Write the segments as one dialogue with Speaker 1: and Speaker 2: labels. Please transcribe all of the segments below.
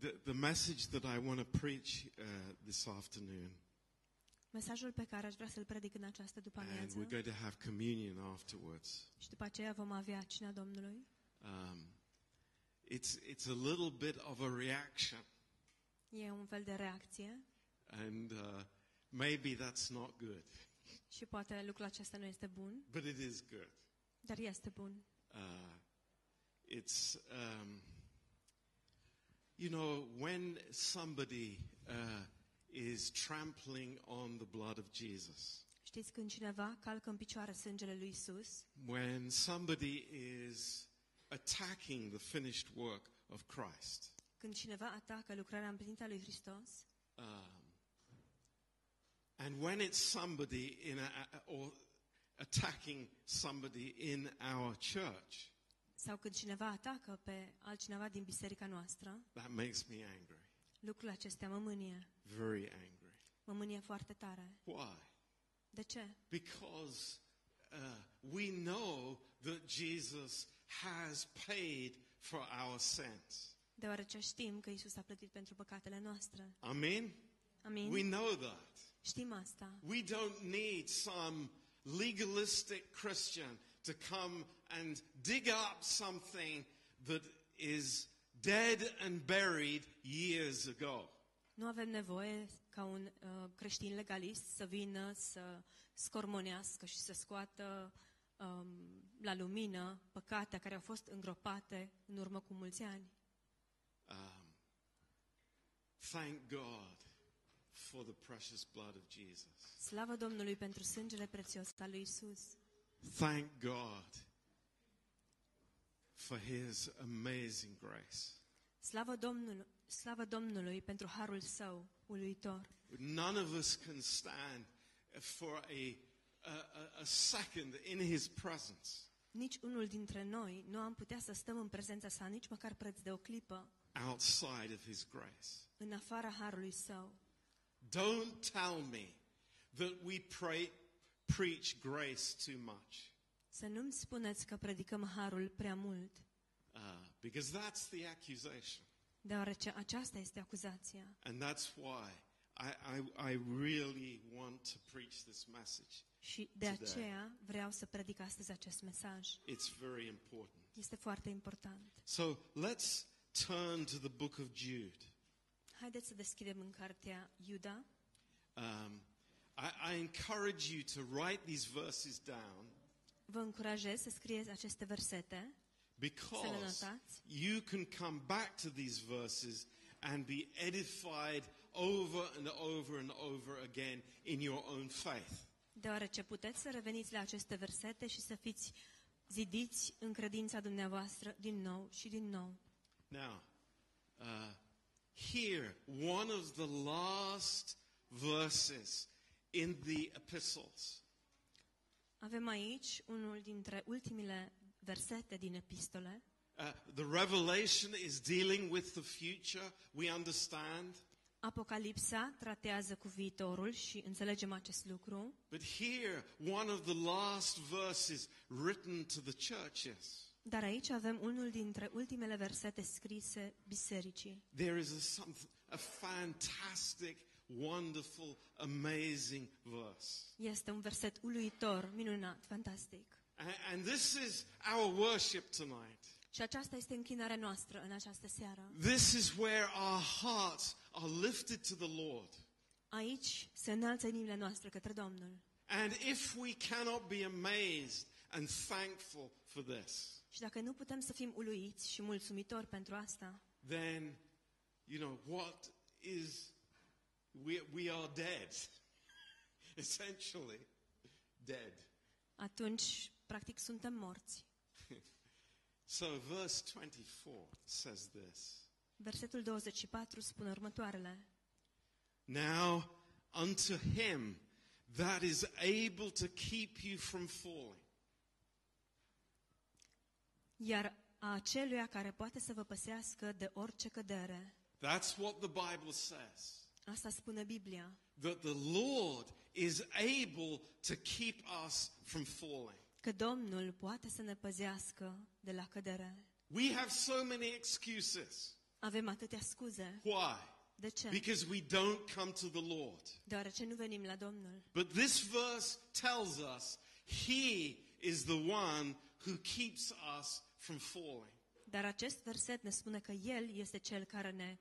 Speaker 1: the, the message that I want to preach uh, this afternoon,
Speaker 2: Mesajul pe care aș vrea să-l predic în această după
Speaker 1: and we're
Speaker 2: amiază
Speaker 1: going to have communion afterwards.
Speaker 2: și după aceea vom avea cina Domnului,
Speaker 1: Um, it's it's a little bit of a reaction,
Speaker 2: e un fel de reacție
Speaker 1: and uh, maybe that's not good,
Speaker 2: și poate lucrul acesta nu este bun,
Speaker 1: but it is good.
Speaker 2: dar este bun.
Speaker 1: Uh, it's um, you know when somebody uh, is trampling on the blood of Jesus,
Speaker 2: Știți când cineva calcă în picioare sângele lui Isus,
Speaker 1: when somebody is attacking the finished work of Christ.
Speaker 2: când cineva atacă lucrarea împlinită a lui Hristos
Speaker 1: Um, and when it's somebody in a, or attacking somebody in our church,
Speaker 2: sau când cineva atacă pe altcineva din biserica noastră,
Speaker 1: that makes me angry,
Speaker 2: lucrul acestea mă mânie,
Speaker 1: very angry.
Speaker 2: mă mânie foarte tare.
Speaker 1: Why?
Speaker 2: De ce?
Speaker 1: Because uh, we know that Jesus has paid for our sins.
Speaker 2: Deoarece știm că Isus a plătit pentru păcatele noastre.
Speaker 1: Amen?
Speaker 2: Amin?
Speaker 1: We know that.
Speaker 2: Știm asta.
Speaker 1: We don't need some legalistic Christian to come and dig up something that is dead and buried years ago.
Speaker 2: Nu avem nevoie ca un uh, creștin legalist să vină să scormonească și să scoată um, la lumină păcate care au fost îngropate în urmă cu mulți ani.
Speaker 1: Um, thank God for the precious blood of Jesus.
Speaker 2: Slavă Domnului pentru sângele prețios al lui Isus.
Speaker 1: Thank God for his amazing grace.
Speaker 2: Slavă Domnului, slavă Domnului pentru harul său uluitor.
Speaker 1: None of us can stand for a, a, a- a second in his presence.
Speaker 2: Nici unul dintre noi nu am putea să stăm în prezența sa nici măcar preț de o clipă
Speaker 1: outside of his grace.
Speaker 2: în afara harului său.
Speaker 1: Don't tell me that we pray, preach grace too much,
Speaker 2: Să nu-mi spuneți că predicăm harul prea mult.
Speaker 1: uh, because that's the accusation.
Speaker 2: Deoarece aceasta este acuzația.
Speaker 1: And that's why I, I, I really want to preach this message.
Speaker 2: Și de
Speaker 1: Today.
Speaker 2: aceea vreau să predic astăzi acest mesaj.
Speaker 1: It's very important.
Speaker 2: Este foarte important.
Speaker 1: So let's turn to the book of Jude.
Speaker 2: Haideți să deschidem în cartea Iuda.
Speaker 1: Um, I, I encourage you to write these verses down
Speaker 2: Vă încurajez să scrieți aceste versete.
Speaker 1: because
Speaker 2: notați.
Speaker 1: you can come back to these verses and be edified over and over and over again in your own faith.
Speaker 2: Deoarece puteți să reveniți la aceste versete și să fiți zidiți în credința dumneavoastră din nou și din nou.
Speaker 1: Now, uh, here, one of the last verses in the epistles.
Speaker 2: Avem aici unul dintre ultimile versete din epistole.
Speaker 1: Uh, the revelation is dealing with the future, we understand.
Speaker 2: Apocalipsa tratează cu viitorul și înțelegem acest lucru,
Speaker 1: But here, one of the last verses written to the churches.
Speaker 2: dar aici avem unul dintre ultimele versete scrise bisericii.
Speaker 1: There is a, some, a fantastic, wonderful, amazing verse.
Speaker 2: Este un verset uluitor, minunat, fantastic.
Speaker 1: And, and this is our worship tonight.
Speaker 2: Și aceasta este închinarea noastră în această seară.
Speaker 1: This is where our hearts are lifted to the Lord.
Speaker 2: Aici se înalță inimile noastre către Domnul.
Speaker 1: And if we cannot be amazed and thankful for this,
Speaker 2: Și dacă nu putem să fim uluiți și mulțumitori pentru asta,
Speaker 1: then, you know, what is, we, we are dead. Essentially, dead.
Speaker 2: atunci, practic, suntem morți.
Speaker 1: So, verse 24 says this.
Speaker 2: Versetul 24 spune următoarele.
Speaker 1: Now unto him that is able to keep you from falling
Speaker 2: Iar a aceluia care poate să vă păsească de orice cădere.
Speaker 1: that's what the bible says
Speaker 2: Asta spune Biblia,
Speaker 1: that the lord is able to keep us from falling
Speaker 2: că Domnul poate să ne păzească de la cădere.
Speaker 1: we have so many excuses
Speaker 2: Avem atâtea scuze.
Speaker 1: Why?
Speaker 2: De ce?
Speaker 1: Because we don't come to the Lord.
Speaker 2: Deoarece nu venim la Domnul.
Speaker 1: But this verse tells us He is the one who keeps us from falling.
Speaker 2: Dar acest verset ne spune că El este Cel care ne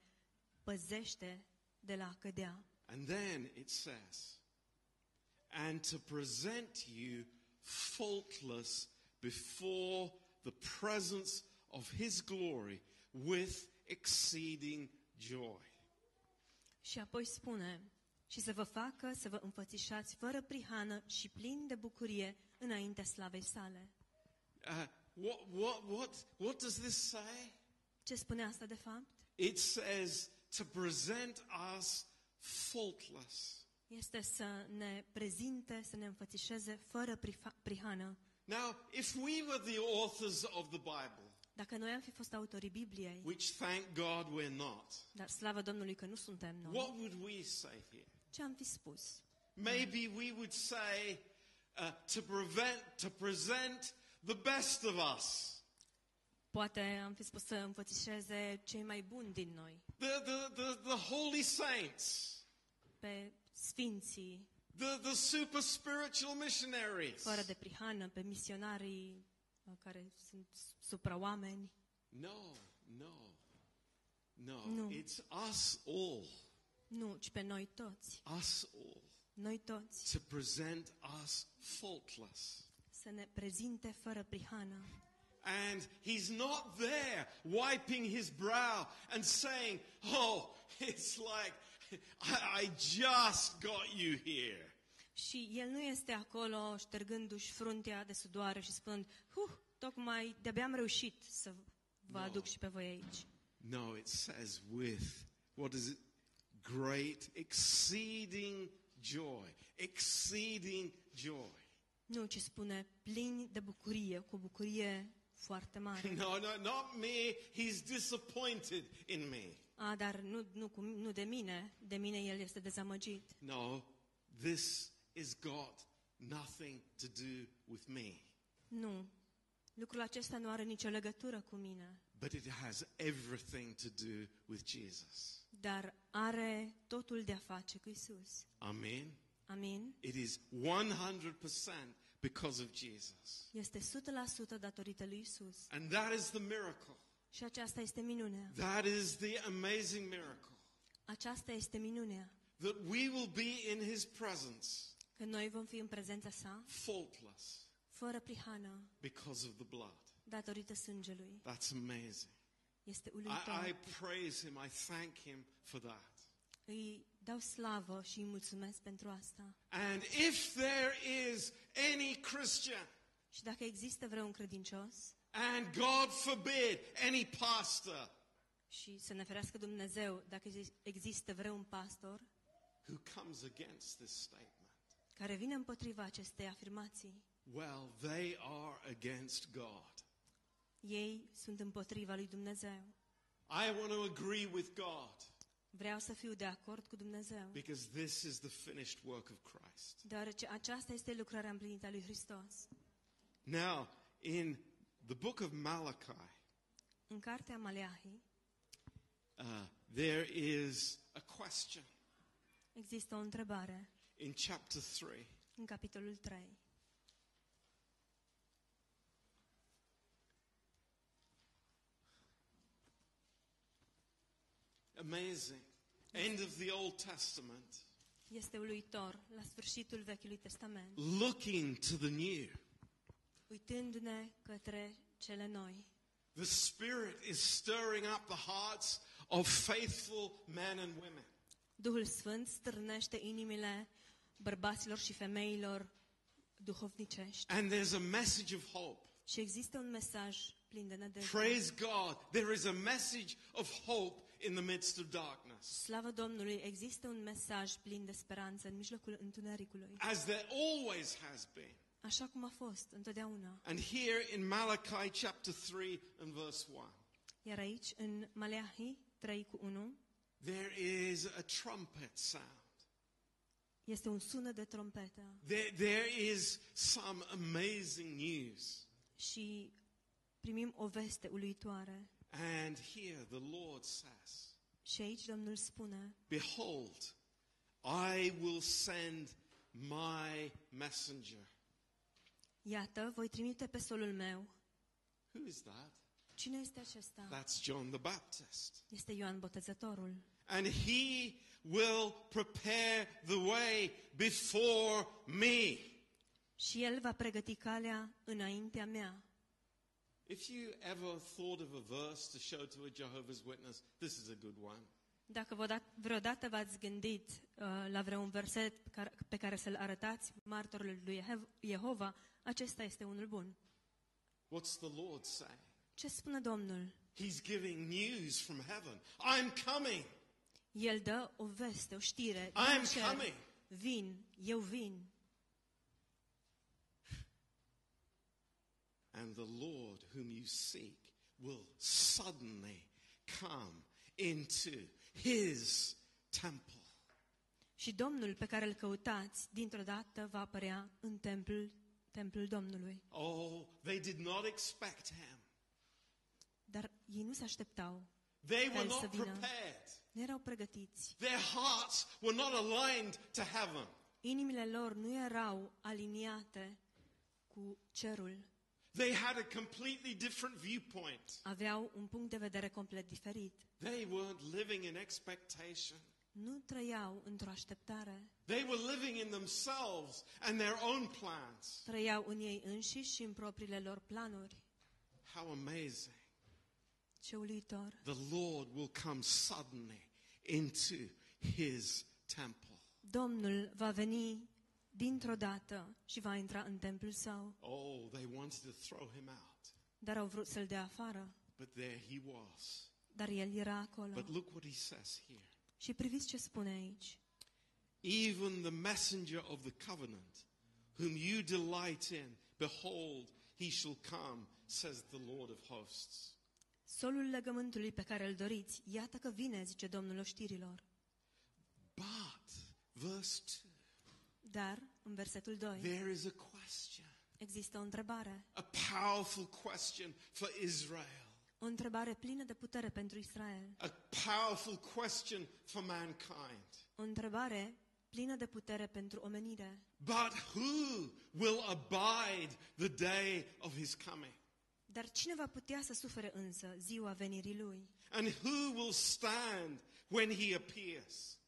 Speaker 2: păzește de la a cădea.
Speaker 1: And then it says, and to present you faultless before the presence of His glory with exceeding joy.
Speaker 2: Și apoi spune, și să vă facă să vă înfățișați fără prihană și plin de bucurie înaintea slavei sale.
Speaker 1: Uh, what, what, what, what does this say?
Speaker 2: Ce spune asta de fapt?
Speaker 1: It says to present us faultless.
Speaker 2: Este să ne prezinte, să ne înfățișeze fără prifa- prihană.
Speaker 1: Now, if we were the authors of the Bible,
Speaker 2: Dacă noi am fi fost autorii Bibliei,
Speaker 1: which thank God we're not,
Speaker 2: dar slavă Domnului că nu suntem noi,
Speaker 1: what would we say here?
Speaker 2: ce am fi spus?
Speaker 1: Maybe we would say uh, to prevent to present the best of us,
Speaker 2: Poate am fi spus să înfățișeze cei mai buni din noi,
Speaker 1: the the the, the holy saints,
Speaker 2: pe sfinții,
Speaker 1: the the super spiritual missionaries.
Speaker 2: fără de prihană, pe misionarii uh, care sunt supraoameni.
Speaker 1: No, no, no,
Speaker 2: No.
Speaker 1: It's us all,
Speaker 2: Nu, ci pe noi toți.
Speaker 1: us all,
Speaker 2: Noi toți
Speaker 1: to present us faultless.
Speaker 2: să ne prezinte fără prihană.
Speaker 1: And he's not there wiping his brow and saying, Oh, it's like, I, I just got you here.
Speaker 2: Și el nu este acolo ștergându-și fruntea de sudoare și spunând, huh, tocmai de-abia am reușit să vă
Speaker 1: No.
Speaker 2: aduc și pe voi aici.
Speaker 1: No, it says with, what is it? Great, exceeding joy. Exceeding joy.
Speaker 2: Nu, ci spune plin de bucurie, cu bucurie foarte mare.
Speaker 1: No, no, not me. He's disappointed in me.
Speaker 2: A, dar nu, nu, cu, nu de mine, de mine el este dezamăgit.
Speaker 1: No, this has got nothing to do with me.
Speaker 2: Nu, lucrul acesta nu are nicio legătură cu mine,
Speaker 1: But it has everything to do with Jesus.
Speaker 2: dar are totul de a face cu Isus.
Speaker 1: Amen.
Speaker 2: Amin?
Speaker 1: It is 100% because of Jesus.
Speaker 2: Este 100% datorită lui Isus.
Speaker 1: And that is the miracle.
Speaker 2: Și aceasta este minunea.
Speaker 1: That is the amazing miracle.
Speaker 2: Aceasta este minunea.
Speaker 1: That we will be in his presence
Speaker 2: Că noi vom fi în prezența sa,
Speaker 1: faultless
Speaker 2: fără prihană,
Speaker 1: because of the blood.
Speaker 2: datorită sângelui.
Speaker 1: That's amazing.
Speaker 2: Este
Speaker 1: I, I
Speaker 2: uluitor.
Speaker 1: praise him. I thank him for that.
Speaker 2: Îi dau slavă și îi mulțumesc pentru asta.
Speaker 1: And if there is any Christian,
Speaker 2: Și dacă există vreun credincios
Speaker 1: and God forbid, any pastor
Speaker 2: și să ne ferească Dumnezeu, dacă există vreun pastor
Speaker 1: who comes against this statement,
Speaker 2: care vine împotriva acestei afirmații,
Speaker 1: Well, they are against God.
Speaker 2: ei sunt împotriva lui Dumnezeu.
Speaker 1: I want to agree with God
Speaker 2: Vreau să fiu de acord cu Dumnezeu,
Speaker 1: because this is the finished work of Christ.
Speaker 2: deoarece aceasta este lucrarea împlinită a lui Hristos.
Speaker 1: Now, in the book of Malachi,
Speaker 2: În cartea Maleahii
Speaker 1: uh, there is a question
Speaker 2: există o întrebare
Speaker 1: in chapter 3.
Speaker 2: în capitolul 3.
Speaker 1: Amazing. End of the Old Testament,
Speaker 2: Este uluitor, la sfârșitul Vechiului Testament,
Speaker 1: looking to the new.
Speaker 2: uitându-ne către cele noi.
Speaker 1: The Spirit is stirring up the hearts of faithful men and women.
Speaker 2: Duhul Sfânt stârnește inimile bărbaților și femeilor duhovnicești.
Speaker 1: And there's a message of hope.
Speaker 2: Și există un mesaj plin de nădejde.
Speaker 1: Praise God. There is a message of hope in the midst of darkness.
Speaker 2: Slavă Domnului, există un mesaj plin de speranță în mijlocul întunericului,
Speaker 1: As there always has been.
Speaker 2: așa cum a fost întotdeauna.
Speaker 1: And here in Malachi chapter 3 and verse 1,
Speaker 2: Iar aici, în Maleahi 3 cu 1,
Speaker 1: there is a trumpet sound.
Speaker 2: este un sunet de trompetă
Speaker 1: There, there is some amazing news.
Speaker 2: și primim o veste uluitoare.
Speaker 1: And here the Lord says,
Speaker 2: Și aici Domnul spune,
Speaker 1: Behold, I will send my messenger.
Speaker 2: iată, voi trimite pe solul meu.
Speaker 1: Who is that?
Speaker 2: Cine este acesta?
Speaker 1: That's John the Baptist.
Speaker 2: Este Ioan Botezătorul.
Speaker 1: And he will prepare the way before me.
Speaker 2: Și el va pregăti calea înaintea mea.
Speaker 1: If you ever thought of a verse to show to a Jehovah's Witness, this is a good one.
Speaker 2: Dacă vă dat- vreodată v-ați gândit uh, la vreun verset pe care- pe care să-l arătați martorului lui Jehev- Jehova, acesta este unul bun.
Speaker 1: What's the Lord saying?
Speaker 2: Ce spune Domnul?
Speaker 1: He's giving news from heaven. I'm coming.
Speaker 2: El dă o veste, o știre.
Speaker 1: I am
Speaker 2: din cer.
Speaker 1: coming.
Speaker 2: Vin, eu vin.
Speaker 1: And the Lord whom you seek will suddenly come into his temple.
Speaker 2: Și Domnul pe care îl căutați, dintr-o dată va apărea în templul, templul Domnului.
Speaker 1: Oh, they did not expect him.
Speaker 2: Dar ei nu se așteptau.
Speaker 1: They were
Speaker 2: El să
Speaker 1: not
Speaker 2: vină.
Speaker 1: prepared.
Speaker 2: Nu erau pregătiți.
Speaker 1: Their hearts were not aligned to heaven.
Speaker 2: Inimile lor nu erau aliniate cu cerul.
Speaker 1: They had a completely different viewpoint.
Speaker 2: Aveau un punct de vedere complet diferit.
Speaker 1: They weren't living in expectation.
Speaker 2: Nu trăiau într-o așteptare.
Speaker 1: They were living in themselves and their own plans.
Speaker 2: Trăiau în ei înșiși și în propriile lor planuri.
Speaker 1: How amazing.
Speaker 2: Ce uluitor!
Speaker 1: The Lord will come suddenly into his temple.
Speaker 2: Domnul va veni dintr-o dată și va intra în templul său,
Speaker 1: Oh, they wanted to throw him out,
Speaker 2: dar au vrut să-l dea afară.
Speaker 1: but there he was.
Speaker 2: Dar el era acolo.
Speaker 1: But look what he says here.
Speaker 2: Și priviți ce spune aici.
Speaker 1: Even the messenger of the covenant, whom you delight in, behold, he shall come, says the Lord of hosts.
Speaker 2: Solul legământului pe care îl doriți, iată că vine, zice Domnul oștirilor.
Speaker 1: But, verse 2,
Speaker 2: Dar, în versetul 2,
Speaker 1: there is a question.
Speaker 2: există o întrebare.
Speaker 1: a powerful question for Israel,
Speaker 2: O întrebare plină de putere pentru Israel.
Speaker 1: a powerful question for mankind.
Speaker 2: O întrebare plină de putere pentru omenire.
Speaker 1: But who will abide the day of his coming?
Speaker 2: Dar cine va putea să sufere însă ziua venirii lui?
Speaker 1: And who will stand when he appears?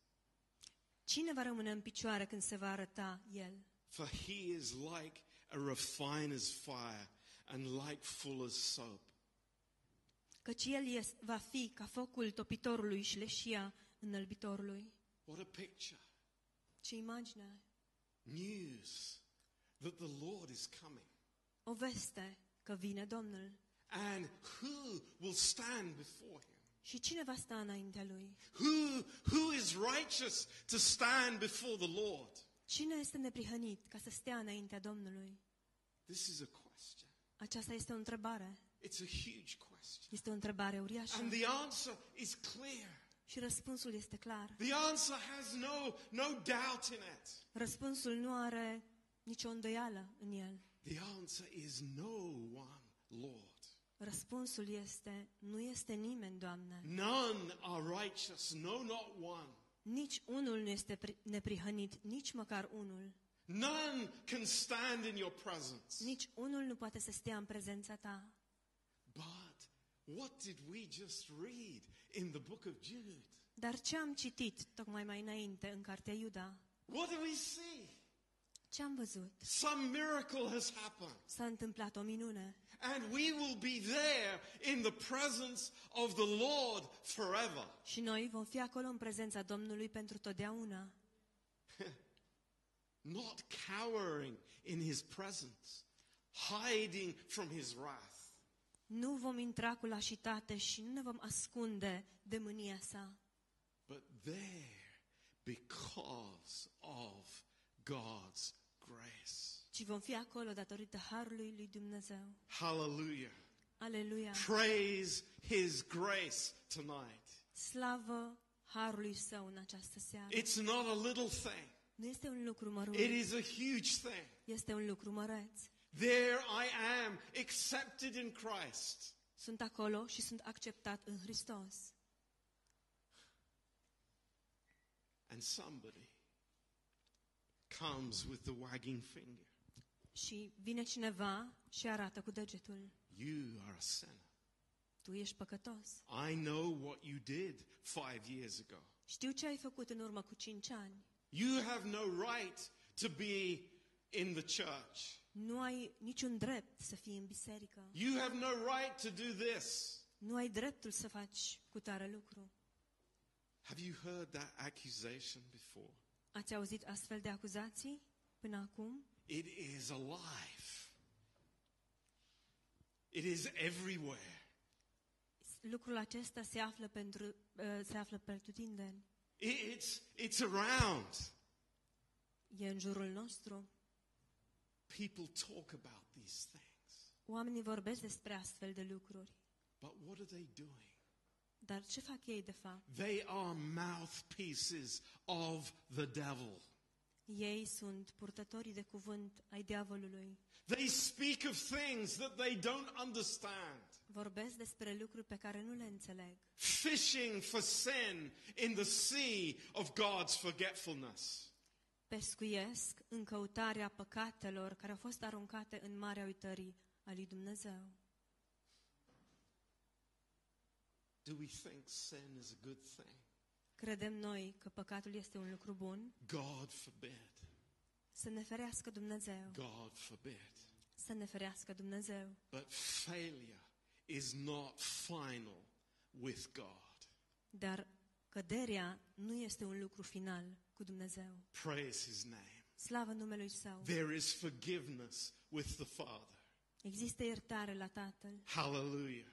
Speaker 2: Cine va rămâne în picioare când se va arăta el?
Speaker 1: For he is like a refiner's fire and like fuller's soap.
Speaker 2: Căci el este, va fi ca focul topitorului și leșia înălbitorului.
Speaker 1: What a picture!
Speaker 2: Ce imagine ai?
Speaker 1: News that the Lord is coming.
Speaker 2: O veste că vine Domnul.
Speaker 1: And who will stand before him?
Speaker 2: Și cine va sta înaintea lui?
Speaker 1: Who, who is righteous to stand before the Lord?
Speaker 2: Cine este neprihănit ca să stea înaintea Domnului?
Speaker 1: This is a question.
Speaker 2: Aceasta este o întrebare.
Speaker 1: It's a huge question.
Speaker 2: Este o întrebare uriașă.
Speaker 1: And the answer is clear.
Speaker 2: Și răspunsul este clar.
Speaker 1: The answer has no, no doubt in it.
Speaker 2: Răspunsul nu are nicio îndoială în el.
Speaker 1: The answer is no one, Lord.
Speaker 2: Răspunsul este, nu este nimeni, Doamne.
Speaker 1: None are righteous, no, not one.
Speaker 2: Nici unul nu este pri- neprihănit, nici măcar unul.
Speaker 1: None can stand in your presence.
Speaker 2: Nici unul nu poate să stea în prezența ta.
Speaker 1: But what did we just read in the book of Jude?
Speaker 2: Dar ce am citit tocmai mai înainte în cartea Iuda?
Speaker 1: What do we see?
Speaker 2: Ce am văzut?
Speaker 1: Some miracle has happened.
Speaker 2: S-a întâmplat o minune
Speaker 1: And we will be there in the presence of the Lord forever.
Speaker 2: și noi vom fi acolo în prezența Domnului pentru totdeauna,
Speaker 1: Not cowering in his presence, hiding from his wrath.
Speaker 2: Nu vom intra cu lașitate și nu ne vom ascunde de mânia sa,
Speaker 1: But there, because of God's grace.
Speaker 2: ci vom fi acolo datorită harului lui Dumnezeu.
Speaker 1: Hallelujah.
Speaker 2: Aleluia!
Speaker 1: Praise his grace tonight.
Speaker 2: Slavă harului său în această seară.
Speaker 1: It's not a little thing,
Speaker 2: Nu este un lucru
Speaker 1: it
Speaker 2: mărunt,
Speaker 1: is a huge thing.
Speaker 2: este un lucru măreț.
Speaker 1: There I am, accepted in Christ.
Speaker 2: Sunt acolo și sunt acceptat în Hristos.
Speaker 1: And somebody comes with the wagging finger.
Speaker 2: Și vine cineva și arată cu degetul.
Speaker 1: You are a sinner.
Speaker 2: Tu ești păcătos.
Speaker 1: I know what you did five years ago.
Speaker 2: Știu ce ai făcut în urmă cu cinci ani.
Speaker 1: You have no right to be in the church.
Speaker 2: Nu ai niciun drept să fii în biserică.
Speaker 1: You have no right to do this.
Speaker 2: Nu ai dreptul să faci cu tare lucru.
Speaker 1: Have you heard that accusation before?
Speaker 2: Ați auzit astfel de acuzații până acum?
Speaker 1: It is alive. It is everywhere.
Speaker 2: Lucrul acesta se află pentru uh, se află pretutindeni.
Speaker 1: It- It's, it's around.
Speaker 2: E în jurul nostru.
Speaker 1: People talk about these things.
Speaker 2: Oamenii vorbesc despre astfel de lucruri.
Speaker 1: But what are they doing?
Speaker 2: Dar ce fac ei de fapt?
Speaker 1: They are mouthpieces of the devil.
Speaker 2: Ei sunt purtătorii de cuvânt ai diavolului.
Speaker 1: They speak of things that they don't understand.
Speaker 2: Vorbesc despre lucruri pe care nu le înțeleg.
Speaker 1: Fishing for sin in the sea of God's forgetfulness.
Speaker 2: Pescuiesc în căutarea păcatelor care au fost aruncate în marea uitării a lui Dumnezeu.
Speaker 1: Do we think sin is a good thing?
Speaker 2: Credem noi că păcatul este un lucru bun?
Speaker 1: God forbid.
Speaker 2: Să ne ferească Dumnezeu.
Speaker 1: God forbid.
Speaker 2: Să ne ferească Dumnezeu.
Speaker 1: But failure is not final with God.
Speaker 2: Dar căderea nu este un lucru final cu Dumnezeu.
Speaker 1: Praise his name.
Speaker 2: Slavă numelui Său.
Speaker 1: There is forgiveness with the Father.
Speaker 2: Există iertare la Tatăl.
Speaker 1: Hallelujah.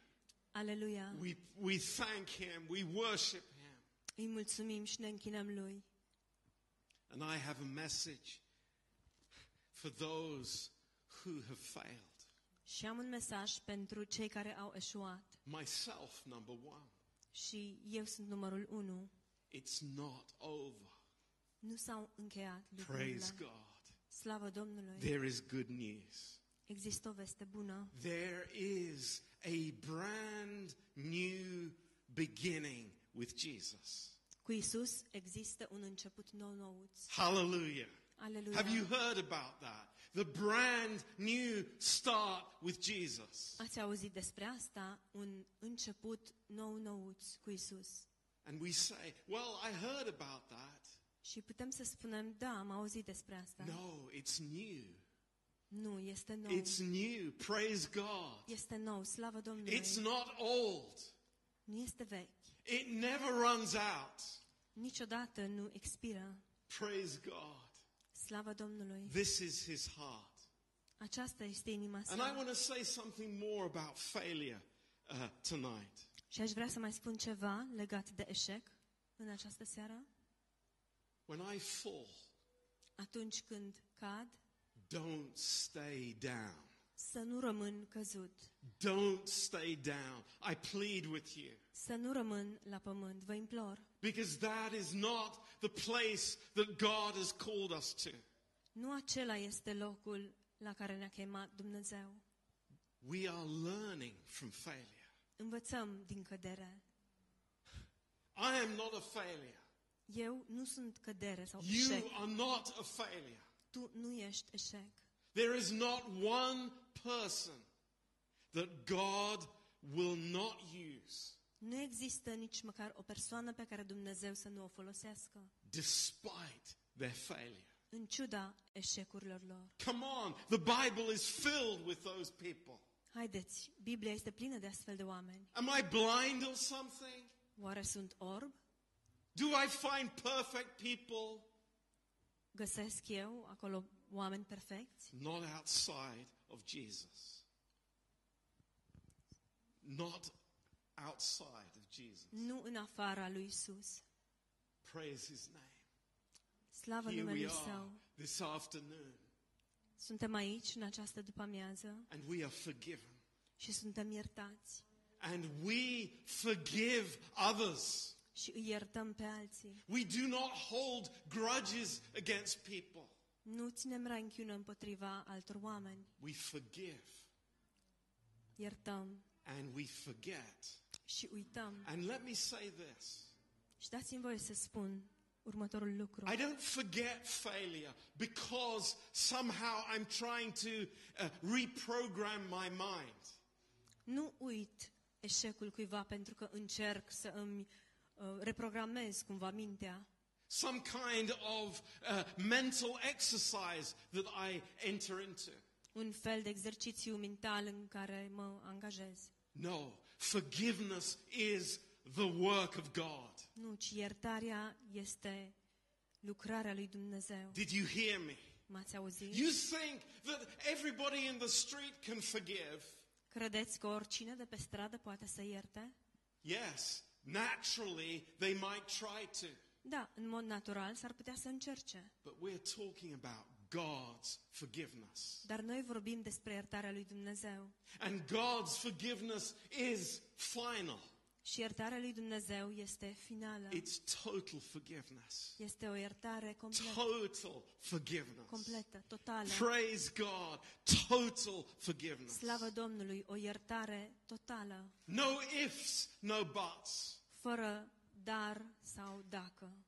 Speaker 2: Aleluia!
Speaker 1: We, we thank him, we worship him.
Speaker 2: Îi mulțumim și ne închinăm Lui.
Speaker 1: And I have a message for those who have failed.
Speaker 2: Și am un mesaj pentru cei care au eșuat.
Speaker 1: Myself, number one.
Speaker 2: Și eu sunt numărul unu.
Speaker 1: It's not over.
Speaker 2: Nu s-au încheiat lucrurile.
Speaker 1: Praise God.
Speaker 2: Slavă Domnului!
Speaker 1: There is good news.
Speaker 2: Există o veste bună.
Speaker 1: There is a brand new beginning with Jesus.
Speaker 2: Cu Isus există un început nou nouț.
Speaker 1: Hallelujah.
Speaker 2: Aleluia!
Speaker 1: Have you heard about that? The brand new start with Jesus.
Speaker 2: Ați auzit despre asta? Un început nou nouț cu Isus.
Speaker 1: And we say, well, I heard about that.
Speaker 2: Și putem să spunem, da, am auzit despre asta.
Speaker 1: No, it's new.
Speaker 2: Nu, este nou.
Speaker 1: It's new. Praise God.
Speaker 2: Este nou, slavă Domnului.
Speaker 1: It's not old.
Speaker 2: Nu este vechi.
Speaker 1: It never runs out.
Speaker 2: Niciodată nu expiră.
Speaker 1: Praise God.
Speaker 2: Slavă Domnului.
Speaker 1: This is his heart.
Speaker 2: Aceasta este inima
Speaker 1: And I
Speaker 2: sa.
Speaker 1: want to say something more about failure uh, tonight.
Speaker 2: Și aș vrea să mai spun ceva legat de eșec în această seară.
Speaker 1: When I fall,
Speaker 2: Atunci când cad,
Speaker 1: don't stay down.
Speaker 2: să nu rămân căzut.
Speaker 1: Don't stay down. I plead with you.
Speaker 2: Să nu rămân la pământ, vă implor.
Speaker 1: Because that is not the place that God has called us to.
Speaker 2: Nu acela este locul la care ne-a chemat Dumnezeu.
Speaker 1: We are learning from failure.
Speaker 2: Învățăm din cădere.
Speaker 1: I am not a failure.
Speaker 2: Eu nu sunt cădere sau
Speaker 1: You
Speaker 2: eșec.
Speaker 1: are not a failure.
Speaker 2: Tu nu ești eșec.
Speaker 1: There is not one person that God will not use
Speaker 2: Nu există nici măcar o persoană pe care Dumnezeu să nu o folosească,
Speaker 1: despite their failure.
Speaker 2: în ciuda eșecurilor lor.
Speaker 1: Come on, the Bible is filled with those people.
Speaker 2: Haideți, Biblia este plină de astfel de oameni.
Speaker 1: Am I blind or something?
Speaker 2: Oare sunt orb?
Speaker 1: Do I find perfect people?
Speaker 2: Găsesc eu acolo oameni perfecți?
Speaker 1: not outside of Jesus. Not outside of Jesus.
Speaker 2: Nu în afara lui Isus.
Speaker 1: Praise his name.
Speaker 2: Slavă
Speaker 1: Here we
Speaker 2: numelui
Speaker 1: are
Speaker 2: Său.
Speaker 1: this afternoon,
Speaker 2: Suntem aici în această după-amiază
Speaker 1: and we are forgiven.
Speaker 2: și suntem iertați
Speaker 1: And we forgive others.
Speaker 2: și îi iertăm pe alții.
Speaker 1: We do not hold grudges against people.
Speaker 2: Nu ținem ranchiună împotriva altor oameni.
Speaker 1: We forgive.
Speaker 2: Iertăm.
Speaker 1: and we forget.
Speaker 2: și uităm.
Speaker 1: And let me say this
Speaker 2: Și dați-mi voie să spun următorul lucru.
Speaker 1: I don't forget failure because somehow I'm trying to uh, reprogram my mind.
Speaker 2: Nu uit eșecul cuiva pentru că încerc să îmi uh, reprogramez cumva mintea.
Speaker 1: Some kind of uh, mental exercise that I enter into.
Speaker 2: Un fel de exercițiu mental în care mă angajez.
Speaker 1: No, forgiveness is the work of God.
Speaker 2: Nu, ci iertarea este lucrarea lui Dumnezeu.
Speaker 1: Did you hear me?
Speaker 2: M-ați auzit?
Speaker 1: You think that everybody in the street can forgive?
Speaker 2: Credeți că oricine de pe stradă poate să ierte?
Speaker 1: Yes, naturally they might try to.
Speaker 2: Da, în mod natural s-ar putea să încerce.
Speaker 1: But we're talking about God's forgiveness.
Speaker 2: Dar noi vorbim despre iertarea lui Dumnezeu.
Speaker 1: And God's forgiveness is final.
Speaker 2: Și iertarea lui Dumnezeu este finală.
Speaker 1: It's total forgiveness.
Speaker 2: Este o iertare completă,
Speaker 1: Total forgiveness.
Speaker 2: completă totală.
Speaker 1: Praise God. Total forgiveness.
Speaker 2: Slavă Domnului, o iertare totală,
Speaker 1: No ifs, no buts.
Speaker 2: fără dar sau dacă.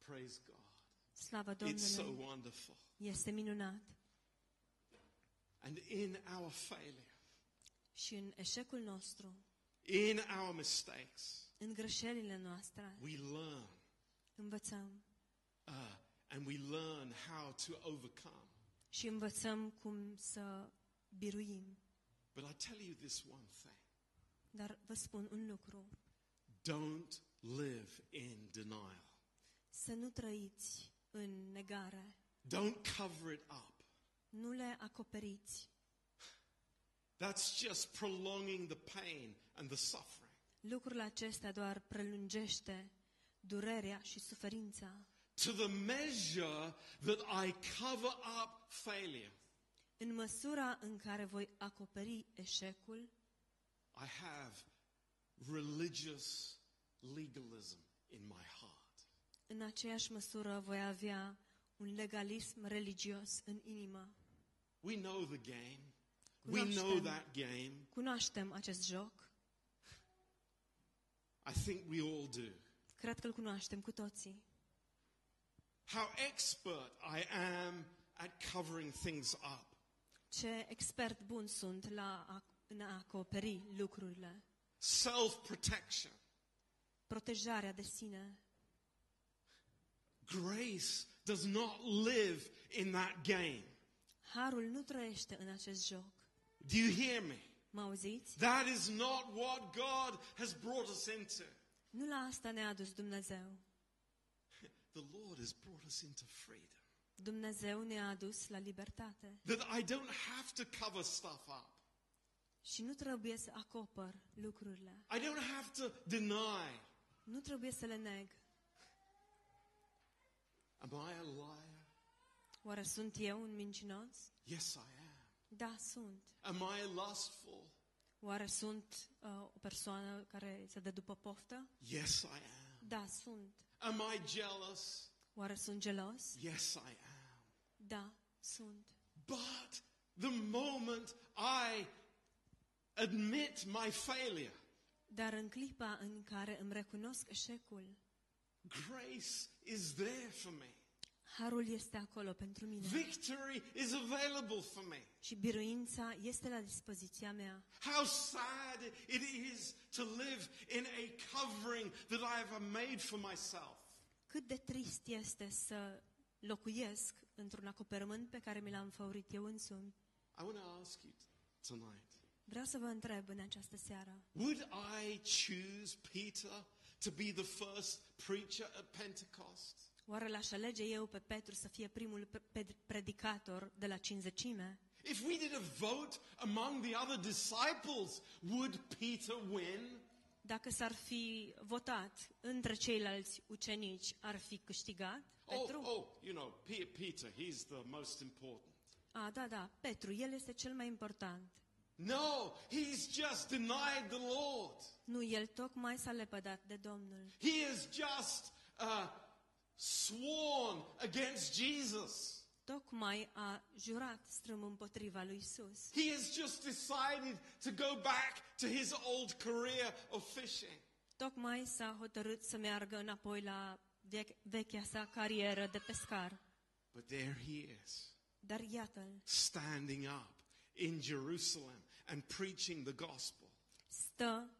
Speaker 1: Praise God.
Speaker 2: Slavă
Speaker 1: It's so
Speaker 2: Domnului,
Speaker 1: wonderful.
Speaker 2: este minunat.
Speaker 1: And in our failure,
Speaker 2: Și în eșecul nostru,
Speaker 1: in our mistakes,
Speaker 2: în greșelile noastre,
Speaker 1: we learn.
Speaker 2: învățăm.
Speaker 1: Uh, and we learn how to overcome.
Speaker 2: Și învățăm cum să biruim.
Speaker 1: But I tell you this one thing
Speaker 2: Dar vă spun un lucru,
Speaker 1: don't live in denial,
Speaker 2: să nu trăiți în negare,
Speaker 1: don't cover it up.
Speaker 2: nu le acoperiți.
Speaker 1: That's just prolonging the pain and the suffering.
Speaker 2: Lucrul acesta doar prelungește durerea și suferința.
Speaker 1: To the measure that I cover up failure,
Speaker 2: În măsura în care voi acoperi eșecul,
Speaker 1: I have religious legalism in my heart.
Speaker 2: în aceeași măsură voi avea un legalism religios în inimă.
Speaker 1: We know the game. We know
Speaker 2: Cunoaștem.
Speaker 1: that game.
Speaker 2: Cunoaștem acest joc,
Speaker 1: I think we all do.
Speaker 2: cred că îl cunoaștem cu toții.
Speaker 1: How expert I am at covering things up.
Speaker 2: Ce expert bun sunt la a, în a acoperi lucrurile.
Speaker 1: Self protection.
Speaker 2: Protejarea de sine.
Speaker 1: Grace does not live in that game.
Speaker 2: Harul nu trăiește în acest joc.
Speaker 1: Do you hear me?
Speaker 2: Mă auziți?
Speaker 1: That is not what God has brought us into.
Speaker 2: Nu la asta ne-a adus Dumnezeu.
Speaker 1: The Lord has brought us into freedom.
Speaker 2: Dumnezeu ne-a adus la libertate
Speaker 1: That I don't have to cover stuff up.
Speaker 2: și nu trebuie să acopăr lucrurile.
Speaker 1: I don't have to deny.
Speaker 2: Nu trebuie să le neg.
Speaker 1: Am I a liar?
Speaker 2: Oare sunt eu un mincinos?
Speaker 1: Yes, I
Speaker 2: Da, sunt.
Speaker 1: am. Am I lustful?
Speaker 2: Oare sunt uh, o persoană care se dă după poftă?
Speaker 1: Yes, I
Speaker 2: Da, sunt.
Speaker 1: am. Am I jealous?
Speaker 2: Oare sunt gelos?
Speaker 1: Yes, I am.
Speaker 2: Da, sunt.
Speaker 1: But the moment I admit my failure,
Speaker 2: Dar în clipa în care îmi recunosc eșecul,
Speaker 1: grace is there for me.
Speaker 2: harul este acolo pentru mine
Speaker 1: Victory is available for me.
Speaker 2: și biruința este la dispoziția mea.
Speaker 1: How sad it is to live in a covering that I have made for myself.
Speaker 2: Cât de trist este să locuiesc într-un acoperământ pe care mi l-am făurit eu însumi.
Speaker 1: I want to ask you tonight
Speaker 2: Vreau să vă întreb în această seară,
Speaker 1: would I choose Peter to be the first preacher at Pentecost?
Speaker 2: oare l-aș alege eu pe Petru să fie primul pre- ped- predicator de la cinzecime?
Speaker 1: If we did a vote among the other disciples, would Peter win?
Speaker 2: Dacă s-ar fi votat între ceilalți ucenici, ar fi câștigat
Speaker 1: Oh,
Speaker 2: Petru?
Speaker 1: oh, you know, Pe- Peter, he's the most important.
Speaker 2: A, da, da, Petru, el este cel mai important.
Speaker 1: No, he's just denied the Lord.
Speaker 2: Nu, el tocmai s-a lepădat de Domnul.
Speaker 1: He has just uh, sworn against Jesus.
Speaker 2: tocmai a jurat strâm împotriva lui Isus.
Speaker 1: He has just decided to go back to his old career of fishing.
Speaker 2: Tocmai s-a hotărât să meargă înapoi la vie- vechea sa carieră de pescar.
Speaker 1: But there he is,
Speaker 2: Dar iată-l,
Speaker 1: standing up in Jerusalem and preaching the gospel.
Speaker 2: stă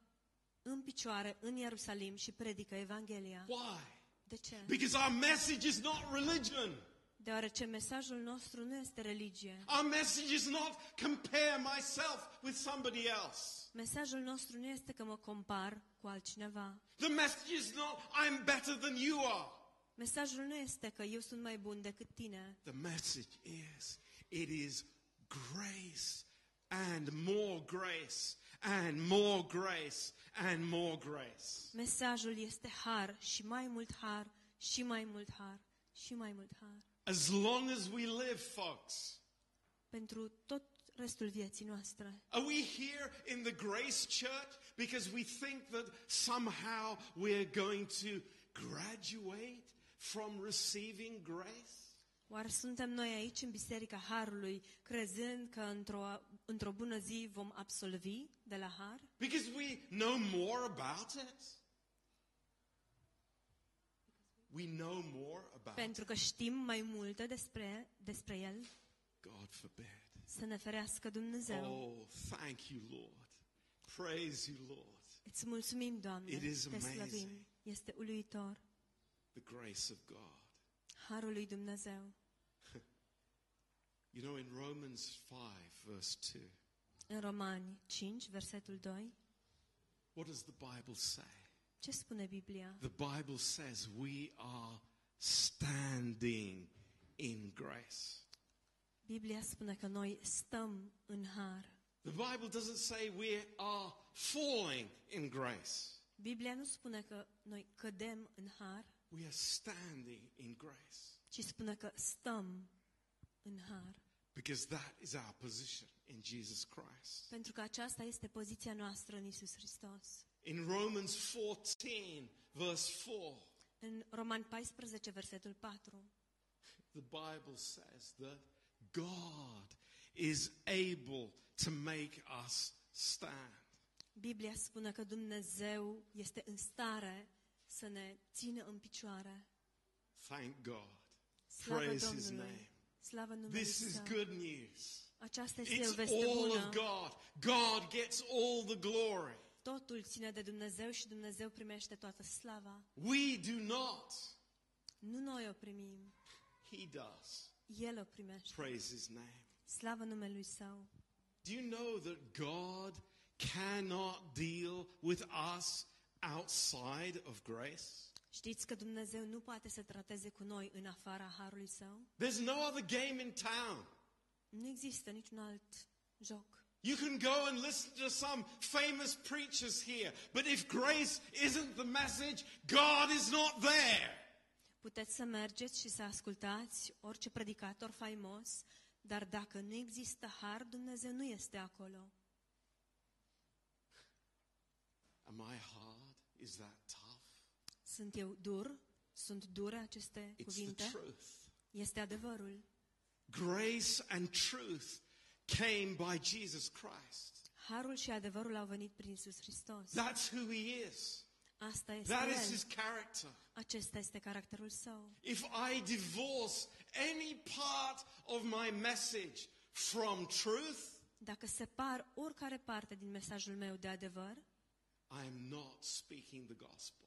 Speaker 2: în picioare în Ierusalim și predică Evanghelia.
Speaker 1: Why?
Speaker 2: De ce?
Speaker 1: Because our message is not religion.
Speaker 2: Deoarece mesajul nostru nu este religie.
Speaker 1: Our message is not compare myself with somebody else.
Speaker 2: Mesajul nostru nu este că mă compar cu altcineva.
Speaker 1: The message is not I'm better than you are.
Speaker 2: Mesajul nu este că eu sunt mai bun decât tine.
Speaker 1: The message is it is grace and more grace and more grace and more grace.
Speaker 2: Mesajul este har și mai mult har și mai mult har și mai mult har.
Speaker 1: As long as we live, folks.
Speaker 2: Pentru tot restul vieții noastre.
Speaker 1: Are we here in the Grace Church because we think that somehow we're going to graduate from receiving grace?
Speaker 2: Oare suntem noi aici în Biserica Harului crezând că într-o, într-o bună zi vom absolvi de la har?
Speaker 1: Because we know more about it? We know more about it.
Speaker 2: Pentru că știm mai multe despre, despre el,
Speaker 1: God forbid.
Speaker 2: să ne ferească Dumnezeu.
Speaker 1: Oh, thank you, Lord. Praise you, Lord.
Speaker 2: Îți mulțumim, Doamne,
Speaker 1: It is
Speaker 2: te
Speaker 1: amazing.
Speaker 2: slăvim. Este uluitor.
Speaker 1: The grace of God.
Speaker 2: Harul lui Dumnezeu.
Speaker 1: You know, in Romans 5, verse 2,
Speaker 2: În Romani 5, versetul 2,
Speaker 1: what does the Bible say?
Speaker 2: ce spune Biblia?
Speaker 1: The Bible says we are standing in grace.
Speaker 2: Biblia spune că noi stăm în har.
Speaker 1: The Bible doesn't say we are falling in grace.
Speaker 2: Biblia nu spune că noi cădem în har,
Speaker 1: We are standing in grace
Speaker 2: ci spune că stăm în har.
Speaker 1: because that is our position in Jesus Christ.
Speaker 2: Pentru că aceasta este poziția noastră în Isus Hristos.
Speaker 1: In Romans 14, verse 4,
Speaker 2: În Roman 14, versetul 4,
Speaker 1: the Bible says that God is able to make us stand.
Speaker 2: Biblia spune că Dumnezeu este în stare să ne țină în picioare.
Speaker 1: Thank God.
Speaker 2: Slavă
Speaker 1: Praise his
Speaker 2: Domnului!
Speaker 1: name.
Speaker 2: Slavă numelui
Speaker 1: This is
Speaker 2: Său!
Speaker 1: good news.
Speaker 2: Aceasta este o
Speaker 1: It's
Speaker 2: veste
Speaker 1: all
Speaker 2: bună.
Speaker 1: of God. God gets all the glory.
Speaker 2: Totul ține de Dumnezeu și Dumnezeu primește toată slava.
Speaker 1: We do not.
Speaker 2: Nu noi o primim,
Speaker 1: He does.
Speaker 2: El o primește.
Speaker 1: Praise his name.
Speaker 2: Slavă numelui Său!
Speaker 1: Do you know that God cannot deal with us outside of grace?
Speaker 2: Știți că Dumnezeu nu poate să trateze cu noi în afara Harului Său?
Speaker 1: There's no other game in town.
Speaker 2: Nu există niciun alt joc.
Speaker 1: You can go and listen to some famous preachers here, but if grace isn't the message, God is not there.
Speaker 2: Puteți să mergeți și să ascultați orice predicator faimos, dar dacă nu există har, Dumnezeu nu este acolo.
Speaker 1: Am I hard? Is that tough?
Speaker 2: Sunt eu dur? Sunt dure aceste
Speaker 1: It's the
Speaker 2: cuvinte?
Speaker 1: truth.
Speaker 2: Este adevărul.
Speaker 1: Grace and truth came by Jesus Christ.
Speaker 2: Harul și adevărul au venit prin Isus Hristos.
Speaker 1: That's who he is.
Speaker 2: Asta este
Speaker 1: That is
Speaker 2: El.
Speaker 1: his character.
Speaker 2: Acesta este caracterul său.
Speaker 1: If I divorce any part of my message from truth,
Speaker 2: Dacă separ oricare parte din mesajul meu de adevăr,
Speaker 1: I am not speaking the gospel.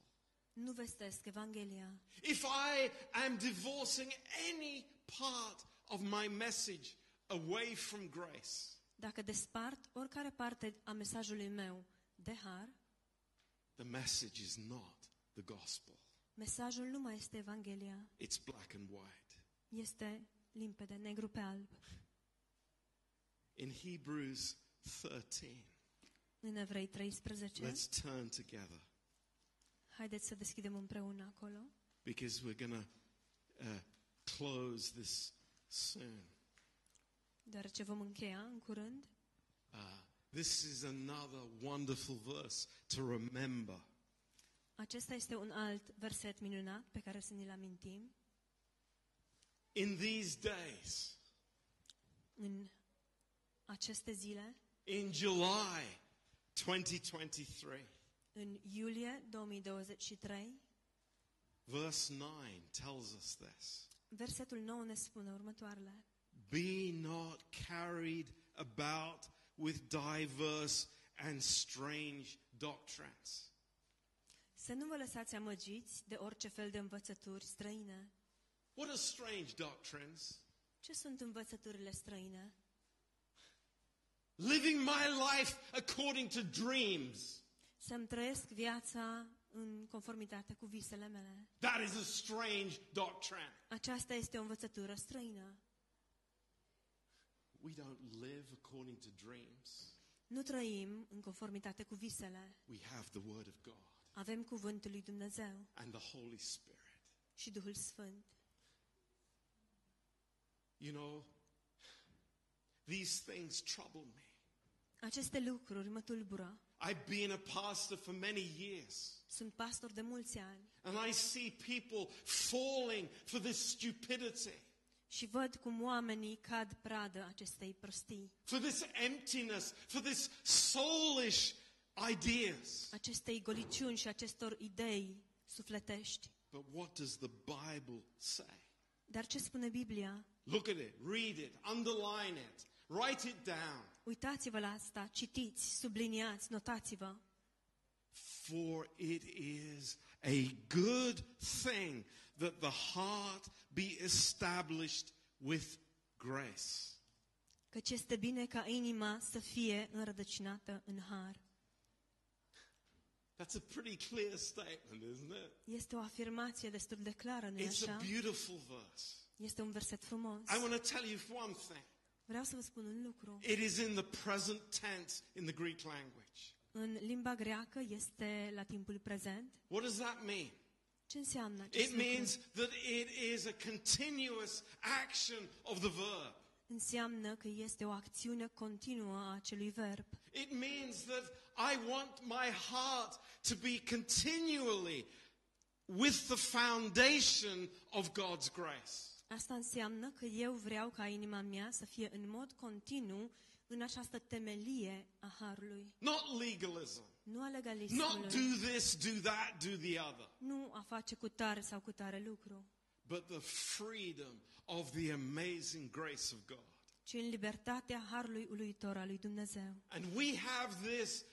Speaker 2: nu vestesc Evanghelia.
Speaker 1: If I am divorcing any part of my message away from grace,
Speaker 2: Dacă despart oricare parte a mesajului meu de har,
Speaker 1: the message is not the gospel.
Speaker 2: mesajul nu mai este Evanghelia.
Speaker 1: It's black and white.
Speaker 2: Este limpede, negru pe alb.
Speaker 1: In Hebrews 13,
Speaker 2: În Evrei 13,
Speaker 1: Let's turn together
Speaker 2: haideți să deschidem împreună acolo,
Speaker 1: because we're going to uh, close this soon.
Speaker 2: deoarece vom încheia în curând.
Speaker 1: Uh, this is another wonderful verse to remember.
Speaker 2: Acesta este un alt verset minunat pe care să ne-l amintim.
Speaker 1: in these days,
Speaker 2: în aceste zile,
Speaker 1: in July 2023,
Speaker 2: în iulie 2023,
Speaker 1: verse 9 tells us this
Speaker 2: versetul 9 ne spune următoarele.
Speaker 1: Be not carried about with diverse and strange doctrines.
Speaker 2: Să nu vă lăsați amăgiți de orice fel de învățături străine.
Speaker 1: What are strange doctrines?
Speaker 2: Ce sunt învățăturile străine?
Speaker 1: Living my life according to dreams.
Speaker 2: Să-mi trăiesc viața în conformitate cu visele mele.
Speaker 1: That is a strange doctrine.
Speaker 2: Aceasta este o învățătură străină.
Speaker 1: We don't live according to dreams.
Speaker 2: Nu trăim în conformitate cu visele.
Speaker 1: We have the Word of God
Speaker 2: Avem cuvântul lui Dumnezeu
Speaker 1: and the Holy Spirit.
Speaker 2: și Duhul Sfânt.
Speaker 1: You know, these things trouble me.
Speaker 2: Aceste lucruri mă tulbură.
Speaker 1: I've been a pastor for many years,
Speaker 2: Sunt pastor de mulți ani
Speaker 1: and I see people falling for this stupidity,
Speaker 2: și văd cum oamenii cad pradă acestei prostii,
Speaker 1: for this emptiness, for this soulish ideas.
Speaker 2: acestei goliciuni și acestor idei sufletești.
Speaker 1: But what does the Bible say?
Speaker 2: Dar ce spune Biblia?
Speaker 1: Look at it, read it, underline it, write it down.
Speaker 2: Uitați-vă la asta, citiți, subliniați, notați-vă.
Speaker 1: For it is a good thing that the heart be established with grace.
Speaker 2: Căci este bine ca inima să fie înrădăcinată în har.
Speaker 1: That's a pretty clear statement, isn't it?
Speaker 2: Este o afirmație destul de clară, nu
Speaker 1: It's
Speaker 2: așa?
Speaker 1: a beautiful verse.
Speaker 2: Este un verset frumos.
Speaker 1: I want to tell you one thing.
Speaker 2: Vreau să vă spun un lucru.
Speaker 1: It is in the present tense in the Greek language.
Speaker 2: În limba greacă este la timpul prezent.
Speaker 1: What does that mean?
Speaker 2: Ce înseamnă acest
Speaker 1: It
Speaker 2: lucru?
Speaker 1: means that it is a continuous action of the verb.
Speaker 2: Înseamnă că este o acțiune continuă a acelui verb.
Speaker 1: It means that I want my heart to be continually with the foundation of God's grace.
Speaker 2: Asta înseamnă că eu vreau ca inima mea să fie în mod continuu în această temelie a harului.
Speaker 1: Not legalism.
Speaker 2: Nu a
Speaker 1: Not
Speaker 2: legalismului,
Speaker 1: do this, do that, do the other.
Speaker 2: nu a face cu tare sau cu tare lucru,
Speaker 1: but the freedom of the amazing grace of God.
Speaker 2: ci în libertatea harului uluitor al lui Dumnezeu.
Speaker 1: And we have this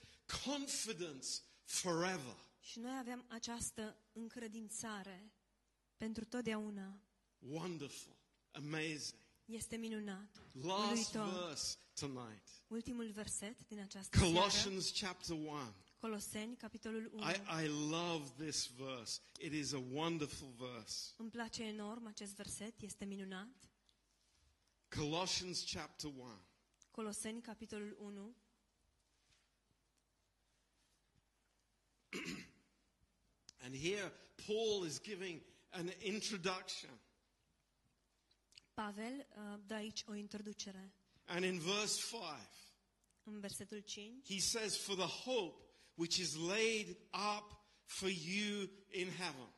Speaker 1: confidence forever.
Speaker 2: Și noi avem această încredințare pentru totdeauna.
Speaker 1: Wonderful, amazing.
Speaker 2: Este minunat.
Speaker 1: Last
Speaker 2: Uluitor.
Speaker 1: verse tonight
Speaker 2: Ultimul verset din această seară,
Speaker 1: Colossians chapter 1.
Speaker 2: Coloseni, capitolul 1.
Speaker 1: I, I love this verse. It is a wonderful verse.
Speaker 2: Îmi place enorm acest verset, este minunat.
Speaker 1: Colossians chapter 1.
Speaker 2: Coloseni, capitolul 1,
Speaker 1: And here Paul is giving an introduction.
Speaker 2: Pavel uh, dă aici o introducere.
Speaker 1: And in verse 5,
Speaker 2: În versetul 5,
Speaker 1: He says, For the hope which is laid up for you in heaven.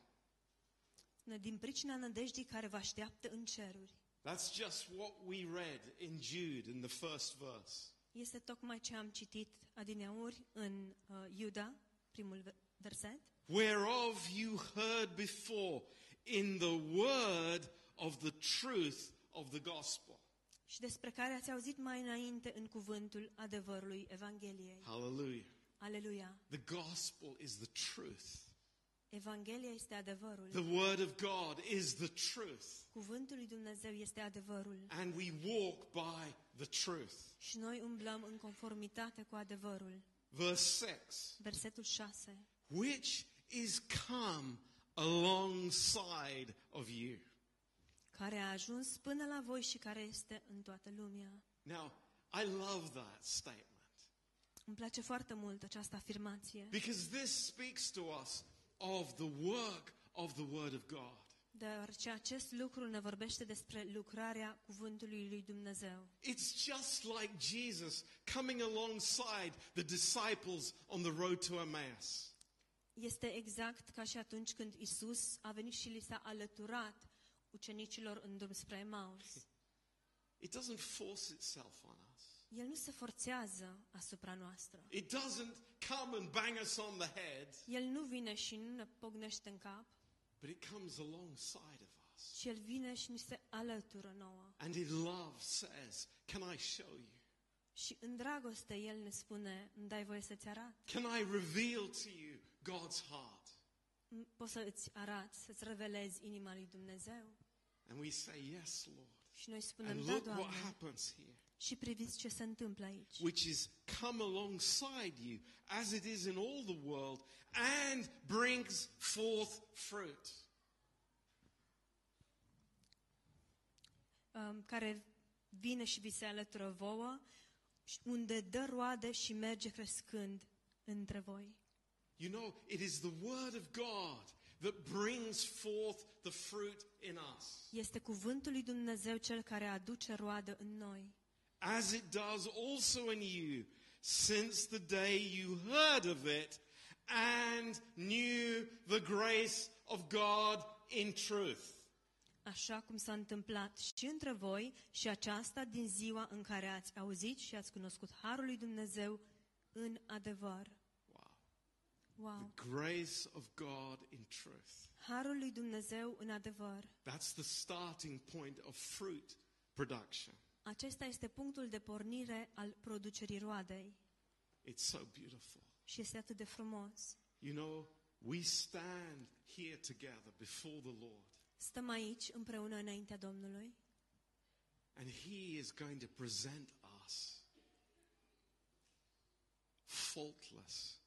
Speaker 2: ne- din pricina nădejdii care vă așteaptă în ceruri.
Speaker 1: That's just what we read in Jude in the first verse.
Speaker 2: Este tocmai ce am citit adineauri în uh, Iuda, primul ve- verset.
Speaker 1: Whereof you heard before in the word of the truth of the gospel.
Speaker 2: și despre care ați auzit mai înainte în cuvântul adevărului Evangheliei.
Speaker 1: Hallelujah.
Speaker 2: Aleluia!
Speaker 1: The gospel is the truth.
Speaker 2: Evanghelia este adevărul.
Speaker 1: The word of God is the truth.
Speaker 2: Cuvântul lui Dumnezeu este adevărul.
Speaker 1: And we walk by the truth.
Speaker 2: Și noi umblăm în conformitate cu adevărul.
Speaker 1: Verse 6.
Speaker 2: Versetul 6.
Speaker 1: which is come alongside of you.
Speaker 2: Care a ajuns până la voi și care este în toată lumea.
Speaker 1: Now, I love that statement
Speaker 2: Îmi place foarte mult această afirmație,
Speaker 1: because this speaks to us of the work of the Word of God.
Speaker 2: deoarece acest lucru ne vorbește despre lucrarea cuvântului lui Dumnezeu.
Speaker 1: It's just like Jesus coming alongside the disciples on the road to Emmaus.
Speaker 2: Este exact ca și atunci când Isus a venit și li s-a alăturat ucenicilor în drum spre Emaus.
Speaker 1: It doesn't force itself on us.
Speaker 2: El nu se forțează asupra noastră.
Speaker 1: It doesn't come and bang us on the head,
Speaker 2: El nu vine și nu ne pognește în cap,
Speaker 1: but it comes alongside of us.
Speaker 2: ci El vine și ni se alătură nouă.
Speaker 1: And in love says, Can I show you?
Speaker 2: Și în dragoste El ne spune, îmi dai voie să-ți arat.
Speaker 1: Can I reveal to you God's heart?
Speaker 2: M- Poți să îți arați, să-ți revelezi inima lui Dumnezeu.
Speaker 1: And we say, Yes, Lord.
Speaker 2: Și noi spunem,
Speaker 1: And
Speaker 2: da,
Speaker 1: look what
Speaker 2: Doamne,
Speaker 1: happens here,
Speaker 2: și priviți ce se întâmplă aici.
Speaker 1: which is come alongside you as it is in all the world and brings forth fruit.
Speaker 2: um, care vine și vi se alătură vouă, și unde dă roade și merge crescând între voi.
Speaker 1: You know, it is the Word of God that brings forth the fruit in us,
Speaker 2: Este cuvântul lui Dumnezeu cel care aduce roadă în noi,
Speaker 1: as it does also in you, since the day you heard of it and knew the grace of God in truth.
Speaker 2: așa cum s-a întâmplat și între voi și aceasta din ziua în care ați auzit și ați cunoscut harul lui Dumnezeu în adevăr.
Speaker 1: Wow.
Speaker 2: Wow!
Speaker 1: The grace of God in truth.
Speaker 2: Harul lui Dumnezeu în adevăr.
Speaker 1: That's the starting point of fruit production.
Speaker 2: Acesta este punctul de pornire al producerii roadei
Speaker 1: It's so beautiful.
Speaker 2: și este atât de frumos.
Speaker 1: You know, we stand here together before the Lord.
Speaker 2: Stăm aici împreună înaintea Domnului
Speaker 1: And he is going to present us faultless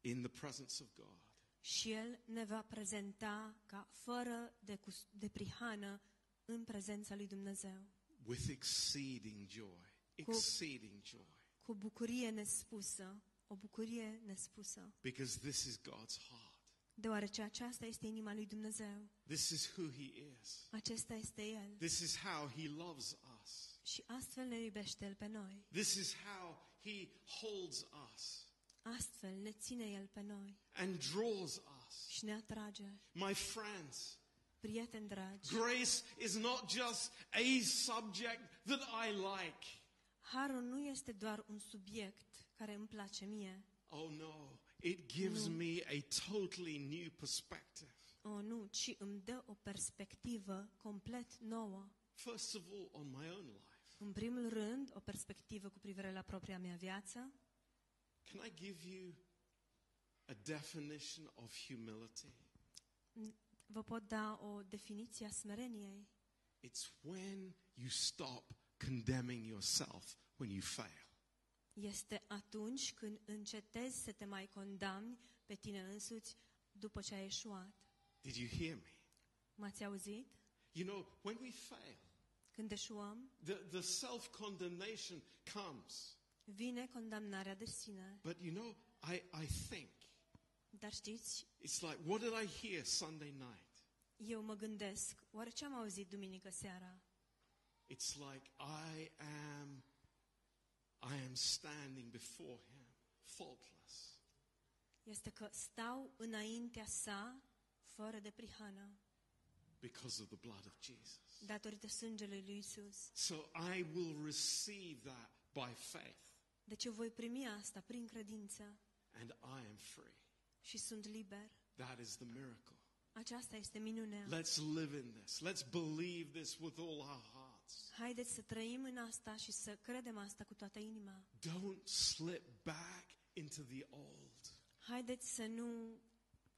Speaker 1: in the presence of God.
Speaker 2: și El ne va prezenta ca fără de, cus- de prihană în prezența lui Dumnezeu.
Speaker 1: With exceeding joy. Exceeding joy.
Speaker 2: Cu o bucurie nespusă, o bucurie nespusă,
Speaker 1: Because this is God's heart.
Speaker 2: deoarece aceasta este inima lui Dumnezeu.
Speaker 1: This is who he is.
Speaker 2: Acesta este El
Speaker 1: This is how he loves us.
Speaker 2: și astfel ne iubește El pe noi,
Speaker 1: This is how he holds us
Speaker 2: astfel ne ține El pe noi
Speaker 1: and draws us.
Speaker 2: și ne atrage.
Speaker 1: My friends,
Speaker 2: Prieteni dragi,
Speaker 1: grace is not just a subject that I like.
Speaker 2: harul nu este doar un subiect care îmi place mie.
Speaker 1: Oh no, it gives me a totally new perspective.
Speaker 2: O, Oh, nu, ci îmi dă o perspectivă complet nouă.
Speaker 1: First of all, on my own life.
Speaker 2: În primul rând, o perspectivă cu privire la propria mea viață.
Speaker 1: Can I give you a definition of humility?
Speaker 2: Vă pot da o definiție a smereniei.
Speaker 1: It's when you stop condemning yourself when you fail.
Speaker 2: Este atunci când încetezi să te mai condamni pe tine însuți după ce ai eșuat.
Speaker 1: Did you hear me?
Speaker 2: M-ați auzit?
Speaker 1: You know, when we fail,
Speaker 2: Când eșuăm,
Speaker 1: the, the self condemnation comes.
Speaker 2: vine condamnarea de sine.
Speaker 1: But you know, I, I think
Speaker 2: Dar știți,
Speaker 1: it's like, what did I hear Sunday night?
Speaker 2: eu mă gândesc, oare ce am auzit duminică seara?
Speaker 1: It's like I am I am standing before him faultless.
Speaker 2: Este că stau înaintea sa fără de prihană.
Speaker 1: because of the blood of Jesus.
Speaker 2: datorită sângelui lui Isus.
Speaker 1: So I will receive that by faith
Speaker 2: Deci eu voi primi asta prin credință
Speaker 1: and I am free.
Speaker 2: și sunt liber.
Speaker 1: That is the miracle.
Speaker 2: Aceasta este minunea.
Speaker 1: Let's live in this. Let's believe this with all our hearts.
Speaker 2: Haideți să trăim în asta și să credem asta cu toată inima.
Speaker 1: Don't slip back into the old.
Speaker 2: Haideți să nu